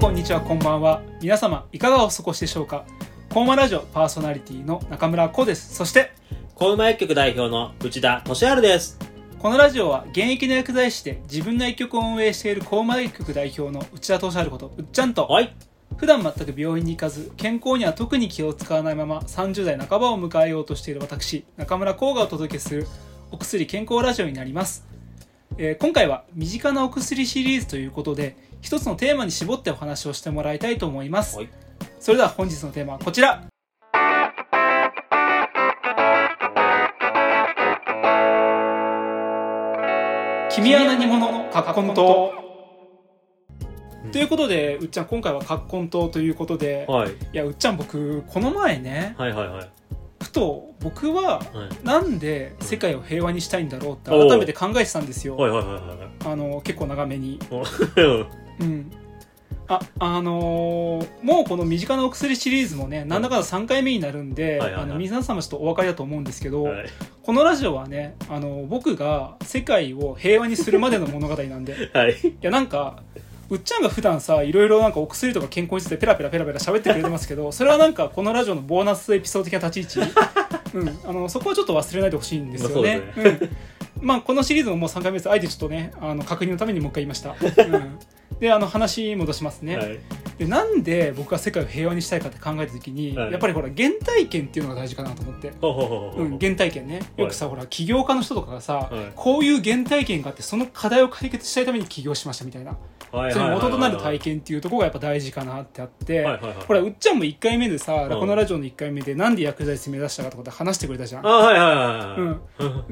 こんにちはこんばんは皆様いかがお過ごしでしょうかコーマラジオパーソナリティの中村浩ですそして小馬薬局代表の内田俊治です。このラジオは現役の薬剤師で自分の薬局を運営しているコーマ薬局代表の内田俊治ことうっちゃんとはい。普段全く病院に行かず健康には特に気を使わないまま30代半ばを迎えようとしている私中村光がお届けするお薬健康ラジオになります、えー今回は身近なお薬シリーズということで一つのテーマに絞ってお話をしてもらいたいと思います、はいそれでは本日のテーマはこちら君は何者かっこんとうんということでうっちゃん今回は葛根湯ということで、はい。いやうっちゃん僕この前ねはいはいはい。ふと僕ははい。なんで世界を平和にしたいんだろうって改めて考えてたんですよ、はいはいはい はいはいあの結構長めにお。うんうんああのーもうこの身近なお薬シリーズもねなんだかんだ3回目になるんで、はいはいはいあの皆様ちょっとお分かりだと思うんですけど、はいこのラジオはねあの僕が世界を平和にするまでの物語なんではい。いやなんかうっちゃんが普段さいろいろなんかお薬とか健康についてペラペラペラペラ喋ってくれてますけど それはなんかこのラジオのボーナスエピソード的な立 ち位置、うん、あのそこはちょっと忘れないでほしいんですよね,、まあうんまあこのシリーズももう3回目ですあえてちょっとねあの確認のためにもう一回言いま した、うん、であの話戻しますね、はい。でなんで僕が世界を平和にしたいかって考えた時に、はいやっぱりほら原体験っていうのが大事かなと思ってほうほうほうほう、うん原体験ねよくさ、ほら起業家の人とかがさ、はいこういう原体験があってその課題を解決したいために起業しましたみたいな、はいはいはいはいそういう元となる体験っていうところがやっぱ大事かなってあって、はいはいはいほらうっちゃんも1回目でさ、んこのラジオの1回目でなんで薬剤師目指したかとかって話してくれたじゃんあ、はいはいはいはい。うん。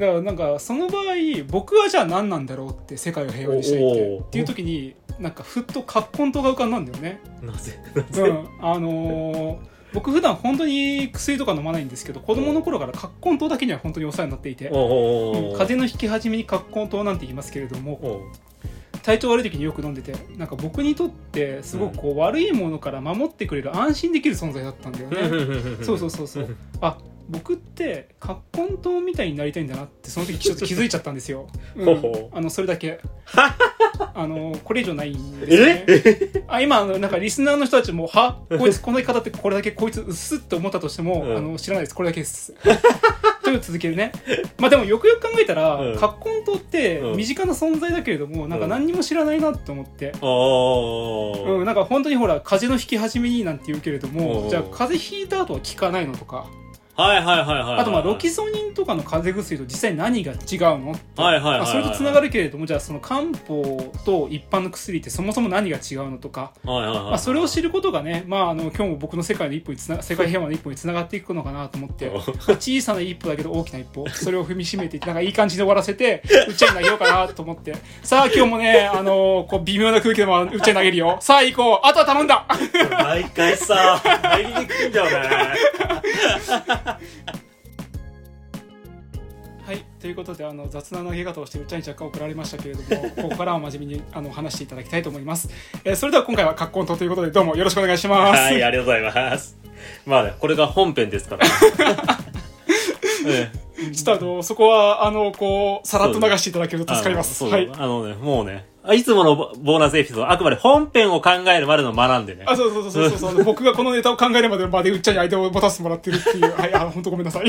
だからなんかその場合僕はじゃあ何なんだろうって世界を平和にしたいっておーっていう時になんかふっと葛根とが浮かんだんだよね、な ぜうん、あのー僕普段本当に薬とか飲まないんですけど子供の頃から葛根糖だけには本当にお世話になっていておおうんお風邪の引き始めに葛根糖なんて言いますけれどもお体調悪い時によく飲んでてなんか僕にとってすごくこう、悪いものから守ってくれる安心できる存在だったんだよねそうそうそうそうあ僕って葛根糖みたいになりたいんだなってその時ちょっと気づいちゃったんです よ、うほんほ、あのそれだ けあのこれ以上ないんですよね えあ今あのなんかリスナーの人たちも「 はこいつこの言い方ってこれだけこいつうっす」って思ったとしても、うんあの知らないですこれだけです という続けるねまあでもよくよく考えたらうん葛根糖ってうん身近な存在だけれども、なんか何にも知らないなって思って、おおうん、なんか本当にほら風邪の引き始めになんて言うけれども、うんじゃあ風邪ひいた後は効かないのとか、はいはいはいはい。あとまあロキソニンとかの風邪薬と実際何が違うのってはいはいはいはいまあそれとつながるけれどもじゃあその漢方と一般の薬ってそもそも何が違うのとかはいはいはい。まあ、それを知ることがね、まあ、あの今日も僕の世界の一歩につ な世界平和の一歩につながっていくのかなと思って、まあ小さな一歩だけど大きな一歩それを踏みしめてなんかいい感じで終わらせてうっちゃに投げようかなと思 ってさあ今日もね、あのこう微妙な空気でもうっちゃに投げるよさあ行こうあとは頼んだ 毎回さ、入りにくいんだよね。はいということであの雑な投げ方をしてうっちゃに若干怒られましたけれど もここからは真面目にあの話していただきたいと思います、えーそれでは今回は「格好とということでどうもよろしくお願いします。はい、ありがとうございます。まあね、これが本編で すから。ええちょっとあのそこはあのこうさらっと流していただけると助かります。あのはそういあのね、もうね、あいつものボボーナスエピソード、あくまで本編を考えるまでの学んでね。あ、そうそうそうそうそうそう。僕がこのネタを考えるまでまでうっちゃんに間を持たせてもらってるって いう。はい、あ、本当ごめんなさい。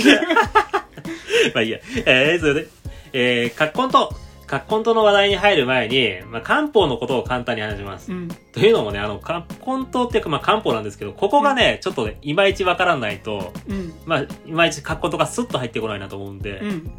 まあいいや。えー、それで、えー、カッコンと、カッコンとの話題に入る前に、まあ、漢方のことを簡単に話します。 うん。というのもね、あの、カッコンとっていうか、まあ、漢方なんですけど、ここがね、ちょっとね、いまいちわからないと、うん。まあ、いまいちカッコンとがスッと入ってこないなと思うんで、うん。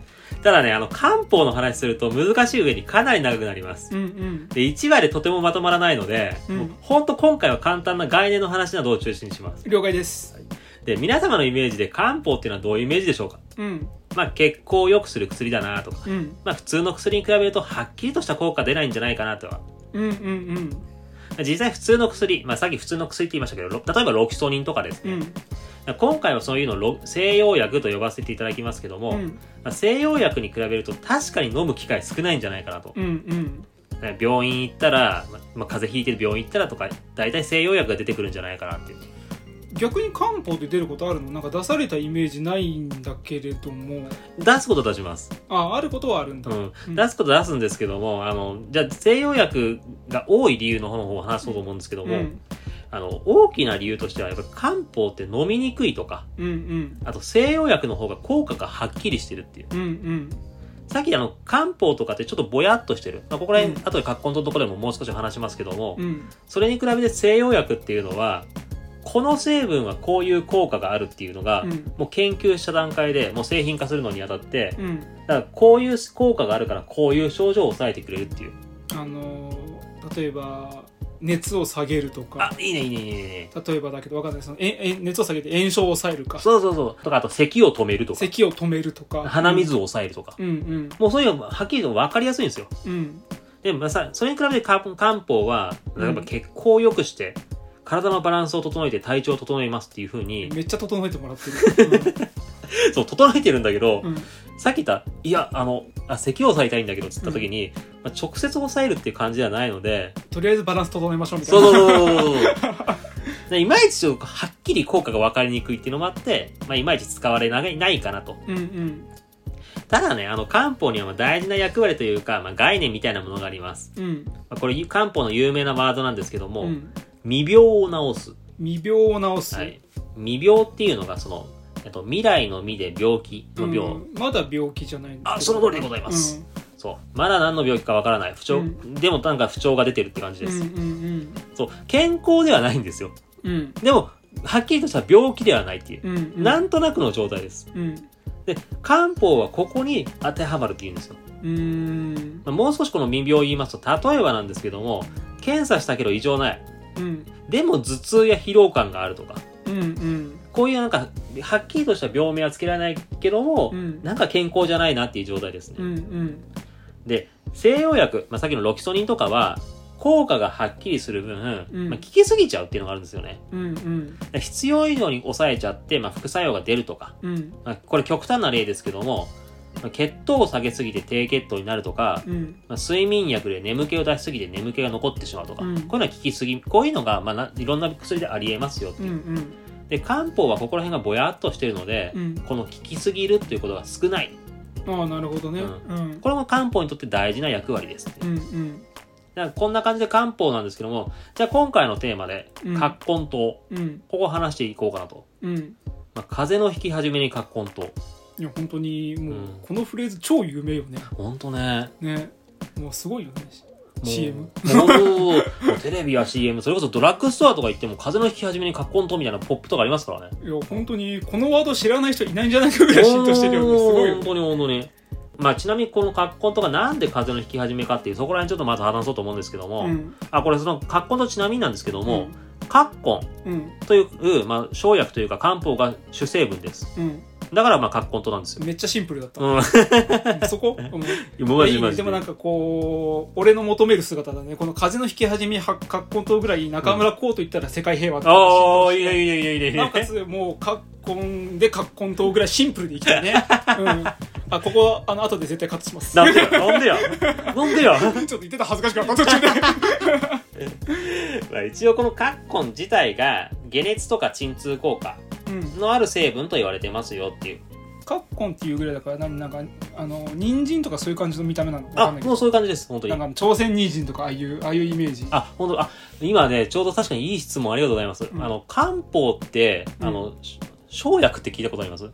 ただね、あの、漢方の話すると難しい上にかなり長くなりまうす。ん。うん。で、1話でとてもまとまらないので、うんもうほんと今回は簡単な概念の話などを中心にします。了解です。で、皆様のイメージで漢方っていうのはどういうイメージでしょうかうん。まあ、血行を良くする薬だなとか、うん。まあ、普通の薬に比べるとはっきりとした効果出ないんじゃないかなとは。うん。うん。うん。実際普通の薬、まあ、さっき普通の薬って言いましたけど、ろ例えばロキソニンとかですうね。ん。今回はそういうのをろ西洋薬と呼ばせていただきますけども、うん。まあ、西洋薬に比べると確かに飲む機会少ないんじゃないかなと。うん。ね病院行ったら、ままあ、風邪ひいてる病院行ったらとか、大体西洋薬が出てくるんじゃないかなっていう。逆に漢方で出ることあるのなんか出されたイメージないんだけれども出すこと出します。ああることはあるんだ、うんう。ん出すこと出すんですけども、あの、じゃあ西洋薬が多い理由の方を話そうと思うんですけどうん、うも、んあの、大きな理由としては、やっぱ漢方って飲みにくいとか、うんあと西洋薬の方が効果がはっきりしてるっていう。うんうんさっきあの、漢方とかってちょっとぼやっとしてる。まあ、ここら辺、うん後で格好のところでももう少し話しますけども、うんそれに比べて西洋薬っていうのは、この成分はこういう効果があるっていうのが、うんもう研究した段階でもう製品化するのにあたって、うんだからこういう効果があるからこういう症状を抑えてくれるっていう。あのー例えば熱を下げるとかあ、いいねいいねいいねいいね。例えばだけどわかんないそのええ熱を下げて炎症を抑えるかそうそうそう。とか、あと咳を止めるとか、咳を止めるとか鼻水を抑えるとか。うんうんもうそういうのははっきりと分かりやすいんですよ。うんでもさ、それに比べて漢漢方は、うんやっぱ血行を良くして、体のバランスを整えて体調を整えますっていう風に、めっちゃ整えてもらってる、 そう、整えてるんだけどう、んうんさっき言った、いや、あの、あ咳を抑えたいんだけど、つった時に、まあ、直接抑えるっていう感じではないので、とりあえずバランス整えましょうみたそいうなそうそうそうそう でいまいちちょっとはっきり効果が分かりにくいっていうのもあって、まあ、いまいち使われないないかなと。うんうんただね、あの、漢方にはまあ大事な役割というか、まあ、概念みたいなものがあります。うんまあ、これ、漢方の有名なワードなんですけども、うん未病を治す。未病を治す、はい、未病っていうのがその、えっと、未来の未で病気の病、うんまだ病気じゃないんだけどあその通りでございます、そうまだ何の病気かわからない不調、うんでもなんか不調が出てるって感じうん、でうんす、うんそう健康ではないんですようんうんでもはっきりとした病気ではないっていう、うんうんなんとなくの状態ですうんで漢方はここに当てはまるっていうんですようーんまあもう少しこの未病を言いますと例えばなんですけども検査したけど異常ないうんでも頭痛や疲労感があるとかうんうんこういうなんかはっきりとした病名はつけられないけども、うんなんか健康じゃないなっていう状態ですね。うんうんで、西洋薬、まあ、さっきのロキソニンとかは、効果がはっきりする分、うんまあ、効きすぎちゃうっていうのがあるんですよね。うんうん必要以上に抑えちゃって、まあ、副作用が出るとか、うんまあ、これ極端な例ですけども、まあ血糖を下げすぎて低血糖になるとか、うんまあ、睡眠薬で眠気を出しすぎて眠気が残ってしまうとか、うんこういうのは効きすぎ、こういうのが、まあな、いろんな薬でありえますよってういうんうんで、漢方はここら辺がぼやっとしてるので、うんこの効きすぎるっていうことが少ない。ああなるほどねうんうんこれも漢方にとって大事な役割です。うんうんだからこんな感じで漢方なんですけども、じゃあ今回のテーマで、うん葛根湯、こうんこを話していこうかなと。うんまあ、風邪の引き始めに葛根湯。いや本当にもううんこのフレーズ超有名よねほんとね。ねもうすごいよねもう CM もうもうテレビや CM、それこそドラッグストアとか行っても、風邪の引き始めに葛根湯みたいなポップとかありますからね。いや本当にこのワード知らない人いないんじゃないかぐらい浸透してるよねすごいよね本当に本当に。まあ、ちなみにこの葛根とかなんで風邪の引き始めかっていう、そこら辺ちょっとまず話そうと思うんですけども、うんあ、これその葛根とちなみになんですけども、葛根うんという、まあ、生薬というか漢方が主成分です。うんだから、まあ、葛根となんですよ。めっちゃシンプルだったうん。うん そこうんマいジいマねジでもなんかこう俺の求める姿だねこの風の引き始めは格好とぐらい中村こうと言ったら世界平和ってああ、いいね、いいね、いいね、いいね。なおかつもう格好で格好とぐらいシンプルでいきたいね、うん、あここあの後で絶対カットしますなんでよ、なんで よ。なんでよ。 ちょっと言ってた恥ずかしくなった途中でまあ一応このカッコン自体が、解熱とか鎮痛効果うんのある成分と言われてますよっていう。カッコンっていうぐらいだから何なんかあの人参とかそういう感じの見た目なのかわかあ、んないけもどうそういう感じです、本当なんかに。朝鮮人参とかああいうああいうイメージあ、本当あ、今ね、ちょうど確かにいい質問ありがとうございます。うんあの、漢方って、うんあの、し生薬って聞いたことあります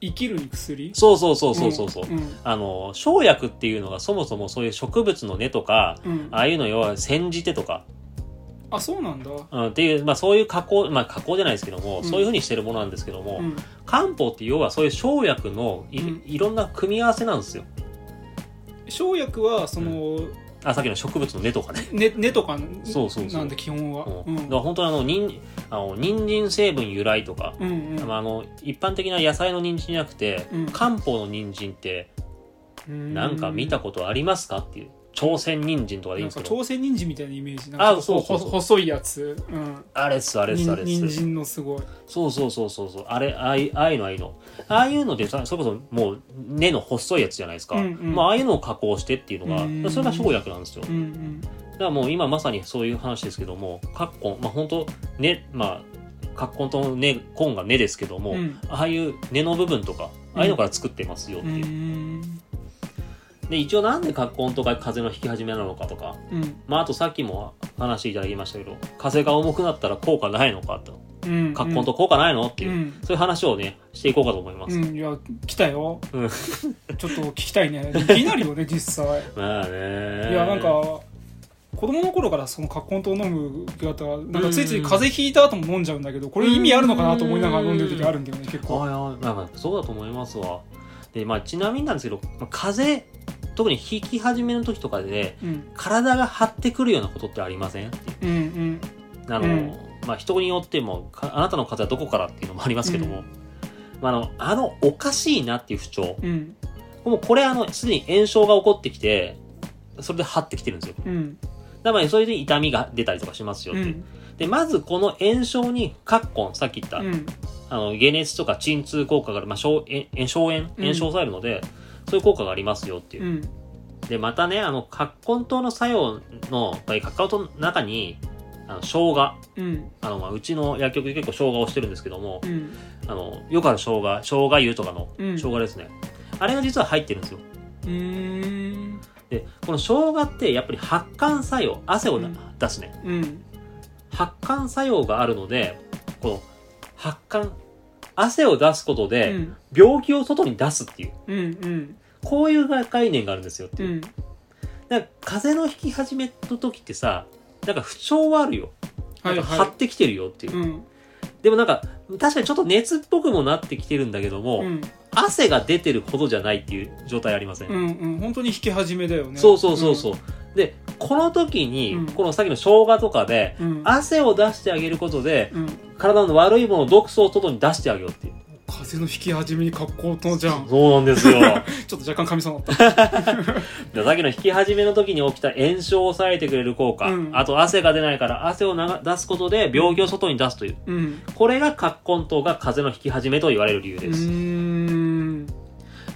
生きるに薬そうそうそうそうそう。うんんあの、生薬っていうのがそもそもそういう植物の根とか、うんああいうの要は煎じてとか、あそうなんだうん、っていう、まあそういう加工、まあ加工じゃないですけども、うんそういうふうにしてるものなんですけども、うん漢方って要はそういう生薬のい,、うんいろんな組み合わせなんですよ。生薬はその、あ、さっきの植物の根とかね。根根とかそうそうそうなんで基本はう、うんんだから本当にあの、にん、あの、人参成分由来とか、うんうんまああの、一般的な野菜の人参じゃなくて、うん漢方の人参ってうんなんか見たことありますかっていう。朝鮮人参とかでいいなんんですかけど。朝鮮人参みたいなイメージなんかあそうそうそうほ細いやつ、うん、あれっす、あれっす、あれっす。に人参のすごいそうそうそうそうそうあれああいああいうのああいうのああいうのでさそれこそもう根の細いやつじゃないですか、うんうんまあ、ああいうのを加工してっていうのがうんそれが生薬なんですうよだかんらもう今まさにそういう話ですけどもカッコンまあ本当ねまあ葛根との根コーンが根ですけども、うんああいう根の部分とかああいうのから作ってますよってういう、んで一応なんで葛根とか風邪の引き始めなのかとか、うんまあ、あとさっきも話していただきましたけど風邪が重くなったら効果ないのかとうん葛根と効果ないのっていう、うんそういう話をねしていこうかと思いまうす、んいや来たようんちょっと聞きたいね気になるよね実際まあねいやなんか子供の頃からその葛根糖飲む方なんかついつい風邪ひいた後も飲んじゃうんだけどこれ意味あるのかなと思いながら飲んでる時あるんだよね結構おいおいまあまあそうだと思いますわでまあちなみになんですけど、まあ風邪特に引き始めの時とかで、うん体が張ってくるようなことってありませんうんうんあの、うんまあ人によってもかあなたの風邪はどこからっていうのもありますけども、まあ、あのあのおかしいなっていう不調うんもうこれあのすでに炎症が起こってきてそれで張ってきてるんですようんだからそれで痛みが出たりとかしますようって、んでまずこの炎症にカッコンさっき言った、うんあの解熱とか鎮痛効果がある、まあ、消炎炎消炎炎症されるので、そういう効果がありますよっていうう、んで、またね、あの、葛根糖の作用の、カカオ糖の中に、あの、生姜。あうんの、まあ、うちの薬局で結構生姜をしてるんですけども、うんあの、よくある生姜、生姜湯とかのうん生姜ですね。あれが実は入ってるんですよ。うーんで、この生姜ってやっぱり発汗作用、汗をなうん出すね。うん発汗作用があるので、この、発汗、汗を出すことうで、ん病気を外に出すっていう、うんうんこういう概念があるんですよってういう。んなんか風邪の引き始めの時ってさなんか不調はあるよはいなんか張はってきてるよってい、いううんでもなんか確かにちょっと熱っぽくもなってきてるんだけども、うん汗が出てるほどじゃないっていう状態ありません、うんうん本当に引き始めだよねそうそうそうそう、でこの時に、うんこのさっきの生姜とかでうんうん汗を出してあげることでうん体の悪いもの毒素を外に出してあげようっていう風邪の引き始めに格好とじゃんそうなん ですよだかちょっと若干噛みそうにな ったらさっきの引き始めの時に起きた炎症を抑えてくれる効果、うんあと汗が出ないから汗を流出すことで病気を外に出すといううんこれが葛根糖が風邪の引き始めと言われる理由うです。ーん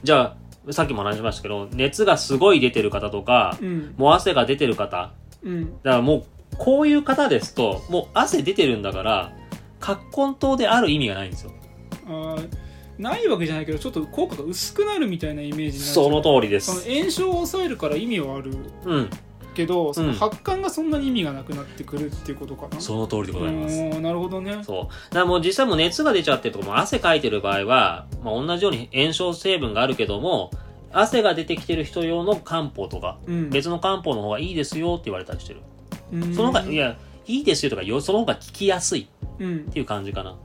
じゃあ、さっきも話しましたけど、熱がすごい出てる方とか、うんもう汗が出てる方、うんだからもう、こういう方ですと、もう汗出てるんだから、葛根糖である意味がないんですよ。あーないわけじゃないけどちょっと効果が薄くなるみたいなイメージになっちゃうその通りでそのす。炎症を抑えるから意味はあるうん。けどそのうん発汗がそんなに意味がなくなってくるっていうことかな、その通りでございます。おーなるほどねそう。だからもう実際もう熱が出ちゃってるとか、もう汗かいてる場合は、まあ同じように炎症成分があるけども、汗が出てきてる人用の漢方とか、うん別の漢方の方がいいですよって言われたりしてる。うんその方が、いや、いいですよとか、よその方が聞きやすいうんっていう感じかな。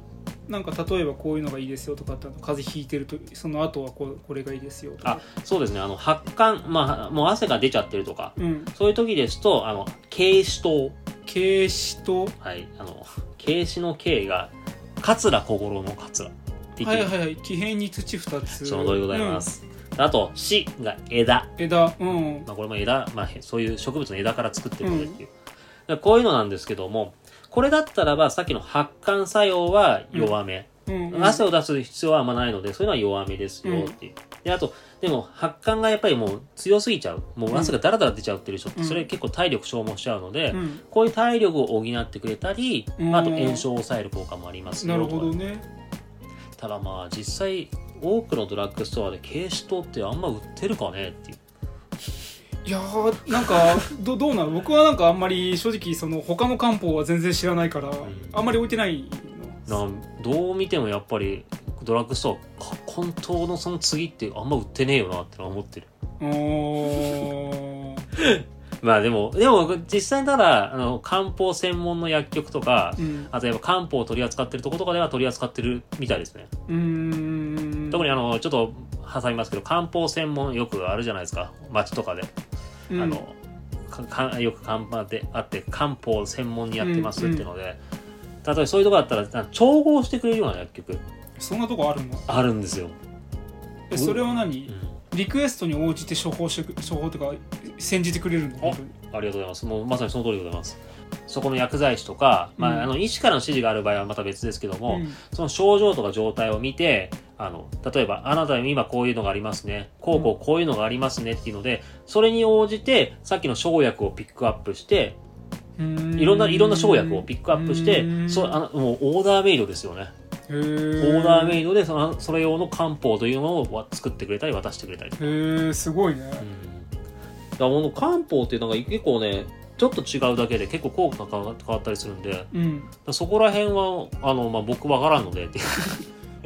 なんか例えばこういうのがいいですよとかってあの風邪ひいてるとその後はこうこれがいいですよとかあ、そうですね。あの、発汗、まあ、もう汗が出ちゃってるとか、うんそういう時ですと、あの、軽視糖。軽視とはい。あの、 軽視の軽が、桂心の桂って言っはている、はいはい気変に土二つその通りでございま、す。あと、死が枝。うん枝うんまあ、これも枝、まあ、へそういう植物の枝から作ってるものっていう。だからこういうのなんですけども、これだったらば、さっきの発汗作用は弱め。うんうん汗を出す必要はあんまないので、そういうのは弱めですよっていう。で、あと、でも発汗がやっぱりもう強すぎちゃう。もう汗がダラダラ出ちゃうっていう人っうて、んそれ結構体力消耗しちゃうので、うんこういう体力を補ってくれたり、まあ、あとうん炎症を抑える効果もありますなるよとほか。どねただまあ、実際、多くのドラッグストアで軽視糖ってあんま売ってるかねっていう。いやーなんかどどうなの 僕はなんかあんまり正直その他の漢方は全然知らないから、んあんまり置いてないのなんどう見てもやっぱり、ドラッグストア、か本当のその次ってあんま売ってねえよなってのは思ってる。おーまあでも、でも実際なら、あの、漢方専門の薬局とかう、んあとやっぱ漢方を取り扱ってるとことかでは取り扱ってるみたいですね。うーん特にあの、ちょっと挟みますけど、漢方専門よくあるじゃないですか。街とかで。うんあの、かかよく看板であって、漢方専門にやってますっていうので、例えばそういうとこだったら、なんか調合してくれるような薬局そんなとこあるのあるんですよ。えそれは何、うんリクエストに応じて処方してく処方とか煎じてくれるの本当にありがとうございます。もうまさにその通りでございます。そこの薬剤師とか、まうんあ、あの、医師からの指示がある場合はまた別ですけども、うんその症状とか状態を見て、あの、例えば、あなたに今こういうのがありますね。こうこうこういうのがありますねっていうので、それに応じて、さっきの生薬をピックアップして、いろんないろんな生薬をピックアップしてそううあのもうオーダーメイドですよねオオーダーメイイドでそのそれ用の漢方というのをわ作ってくれたり渡してくれたり、へーすごいねうんだからこの漢方っていうのが結構ねちょっと違うだけで結構効果が変わ変わったりするんでだかうんらそこら辺はあの、まあ、僕わからんのでっていう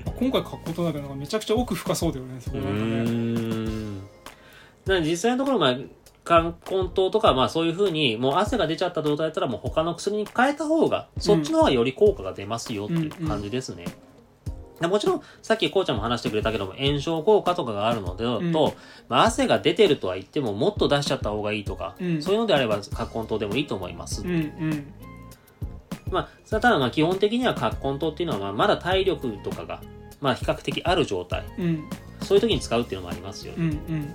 今回書くことだけどなんかめちゃくちゃ奥深そうだよねそこうなんかねーんなんで実際のところ、まあ、冠婚糖とか、まあそういうふうに、もう汗が出ちゃった状態だったら、もう他の薬に変えた方が、そっちの方がより効果が出ますよっていう感じですね。でもちろん、さっきこうちゃんも話してくれたけども、炎症効果とかがあるのでと、うんまあ、汗が出てるとは言っても、もっと出しちゃった方がいいとか、うんそういうのであれば、冠婚糖でもいいと思います。うんうんまあ、それはただ、まあ基本的には冠婚糖っていうのは、まあまだ体力とかが、まあ比較的ある状態、うんそういう時に使うっていうのもありますよね。うんうん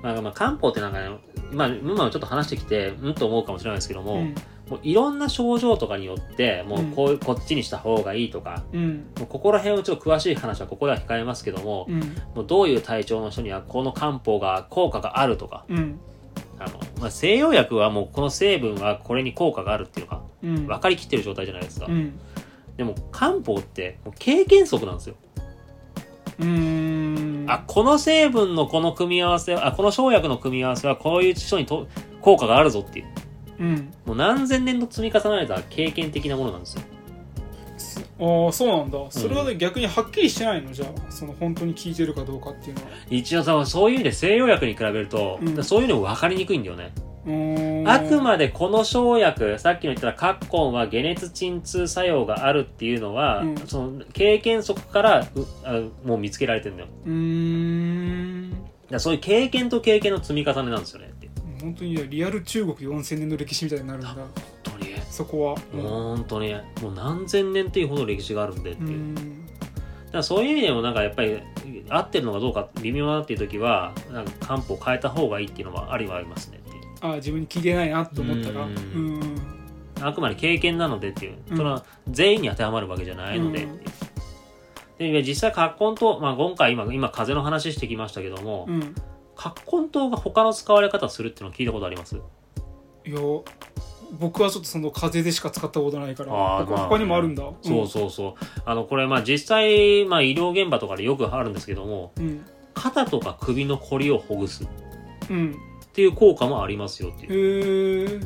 まあ、まあ漢方ってなんかね、まあ、今もちょっと話してきて、うんと思うかもしれないですけども、うんもういろんな症状とかによって、もうこう、こっちにした方がいいとか、うんもうここら辺をちょっと詳しい話はここでは控えますけども、うんもうどういう体調の人にはこの漢方が効果があるとか、うんあの、まあ、西洋薬はもうこの成分はこれに効果があるっていうのがうん分かりきってる状態じゃないですか。うんでも漢方ってもう経験則なんですよ。うーんあ、この成分のこの組み合わせ、あ、この生薬の組み合わせはこういう人にと効果があるぞっていう。うんもう何千年と積み重ねた経験的なものなんですよ。すああそうなんだそれはね逆にはっきりしてないのじゃあその本当に効いてるかどうかっていうのは一応さ、そういう意味で西洋薬に比べると、うんそういうの分かりにくいんだよね。うーんあくまでこの生薬、さっきの言ったら、カッコンは解熱鎮痛作用があるっていうのは、うんその経験則からうあもう見つけられてるんだよ。だうーんからそういう経験と経験の積み重ねなんですよねって。本当にねリアル中国4000年の歴史みたいになるんだ本当に。そこはう本当に。もう何千年っていうほど歴史があるんでってういう。んだからそういう意味でもなんかやっぱり合ってるのかどうか微妙だっていう時はなんか漢方変えた方がいいっていうのはありはありますねっていうあ自分に効いてないなと思ったらうんうんあくまで経験なのでっていう、うんそれは全員に当てはまるわけじゃないのでっていううん、で実際葛根湯、まあ、今回今今風邪の話してきましたけどもうん葛根湯が他の使われ方するっていうのを聞いたことありますいや僕はちょっとその風邪でしか使ったことないからあー他まあ他にもあるんだそうそうそうあのこれまあ実際、まあ、医療現場とかでよくあるんですけどもうん肩とか首のこりをほぐすっうんていう効果もありますよっていへうえ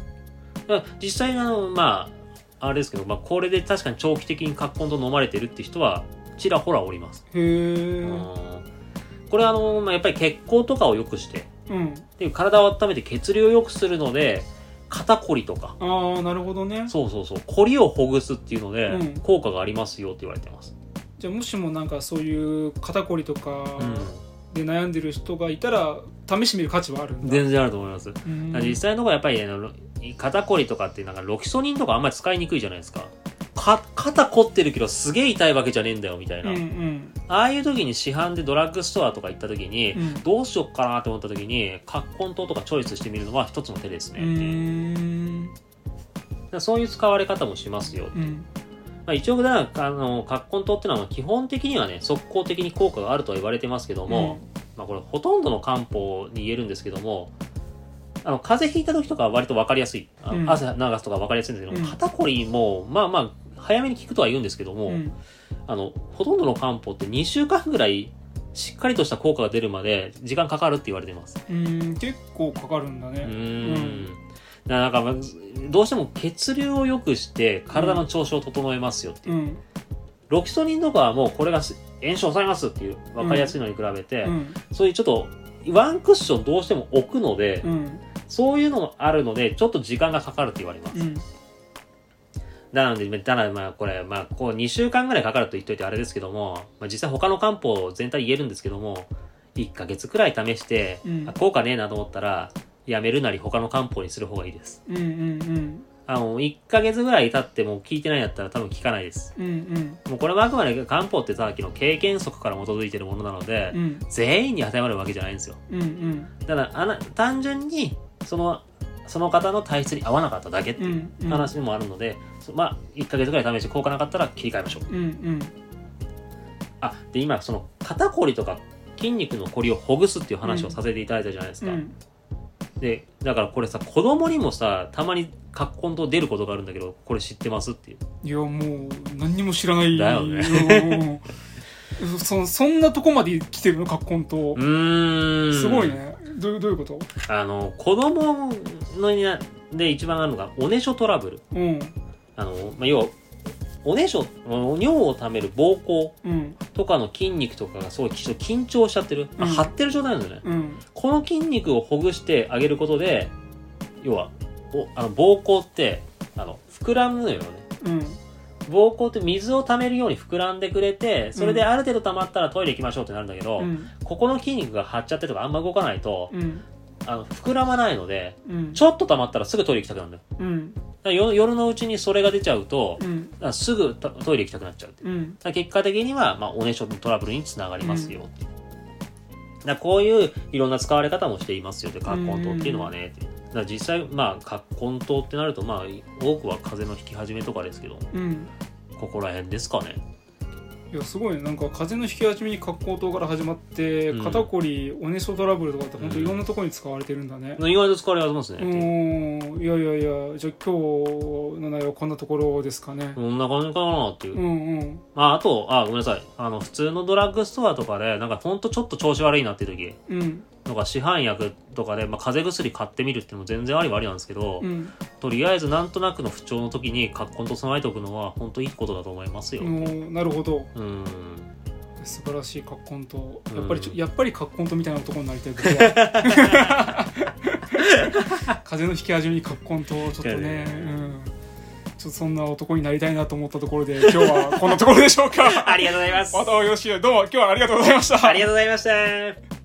だから実際あのまああれですけど、まあ、これで確かに長期的にカッコンと飲まれてるって人はちらほらおります、へえうんこれはあの、まあ、やっぱり血行とかを良くしてうんで体を温めて血流を良くするので肩こりとかああなるほどねそうそうそうこりをほぐすっていうので、うん効果がありますよって言われてます、じゃあもしもなんかそういう肩こりとかうん、で悩んでる人がいたら試してみる価値はあるんだ全然あると思います、だかうんら実際のところやっぱり、ね、あの肩こりとかってなんかロキソニンとかあんまり使いにくいじゃないですかか肩凝ってるけどすげえ痛いわけじゃねえんだよみたいな、うんうんああいう時に市販でドラッグストアとか行った時に、うんどうしよっかなと思った時に、葛根糖とかチョイスしてみるのは一つの手ですうね。ーんだからそういう使われ方もしますよ。うんまあ、一応、だからあの、葛根糖ってのは基本的にはね、即効的に効果があるとは言われてますけども、まあこれほとんどの漢方に言えるんですけども、あの、風邪ひいた時とかは割と分かりやすい。あのうん汗流すとか分かりやすいんですけども、うん肩こりも、まあまあ、早めに効くとは言うんですけども、うんうんあの、ほとんどの漢方って2週間ぐらいしっかりとした効果が出るまで時間かかるって言われてます。うん結構かかるんだうねーん。だからなんか、どうしても血流を良くして体の調子を整えますよっていう。うんロキソニンとかはもうこれがす炎症を抑えますっていう分かりやすいのに比べて、うんそういうちょっとワンクッションどうしても置くので、うんそういうのもあるので、ちょっと時間がかかるって言われます。うんなので、ただまあこれ、まあこう2週間ぐらいかかると言っといてあれですけども、まあ実際他の漢方全体言えるんですけども、1ヶ月くらい試して、うんあ効果ねえなと思ったら、やめるなり他の漢方にする方がいいです。うんうんあの、1ヶ月ぐらい経っても効いてないんだったら多分効かないです。うんうんもうこれはあくまで漢方ってさっきの経験則から基づいてるものなので、うん全員に当てはまるわけじゃないんですよ。うんうんただあな、単純に、その、その方の体質に合わなかっただけってういうんうん話もあるので、そまあ、1ヶ月ぐらい試して効果なかったら切り替えましょう。うんうんあ、で、今、その、肩こりとか筋肉のこりをほぐすっていう話をさせていただいたじゃないですうか。んで、だからこれさ、子供にもさ、たまに葛根と出ることがあるんだけど、これ知ってますっていう。いやもう何にも知らないだよねねそそんなとこまで来てるのカッコンとう、ーん。すごい。ねどういうどういうことあの、子供のになで一番あるのが、おねしょトラブル。うんあの、まあ、要は、おねしょ、お尿を溜める膀胱うんとかの筋肉とかがすごいちょっと緊張しちゃってる。まあうん張ってる状態なんだよね。うんこの筋肉をほぐしてあげることで、要は、おあの膀胱って、あの、膨らむのよね。うん膀胱って水を溜めるように膨らんでくれて、それである程度溜まったらトイレ行きましょうってなるんだけど、うんここの筋肉が張っちゃってとかあんま動かないと、うんあの、膨らまないので、うんちょっと溜まったらすぐトイレ行きたくなるんだよ。うんだからよ夜のうちにそれが出ちゃうと、うんだからすぐトトイレ行きたくなっちゃうって。うんだから結果的には、まあ、おねしょのトラブルにつながりますよって。だからこういういろんな使われ方もしていますよって、カッコン糖っていうのはね。ってだから実際、まあ、カッコン糖ってなると、まあ、多くは風邪の引き始めとかですけど、うんここら辺ですかね。いやすごいねなんか風邪の引き始めに格好糖から始まって、うん肩こりオネソトラブルとかって本当いろんなところに使われてるんだね、意外と使われますうね。ん、いやいやいやじゃあ今日の内容はこんなところですかねこんな感じかなっていうう。んうんまあ、あと、あ、ごめんなさい。あの、普通のドラッグストアとかで、なんかほんとちょっと調子悪いなっていう時うんとか、市販薬とかで、まあ、風邪薬買ってみるっていうのも全然ありはありなんですけど、うんとりあえずなんとなくの不調の時に、格好と備えておくのは、ほんといいことだと思いますよ。うん。うんなるほどん素晴らしい格好とうんやっぱりちょ、やっぱり格好とみたいな男になりたい僕は風邪の引き始めに格好とちょっといやいやねいやうんちょっとそんな男になりたいなと思ったところで今日はこんなところでしょうかありがとうございます。またおよしどうも今日はありがとうございましたありがとうございました。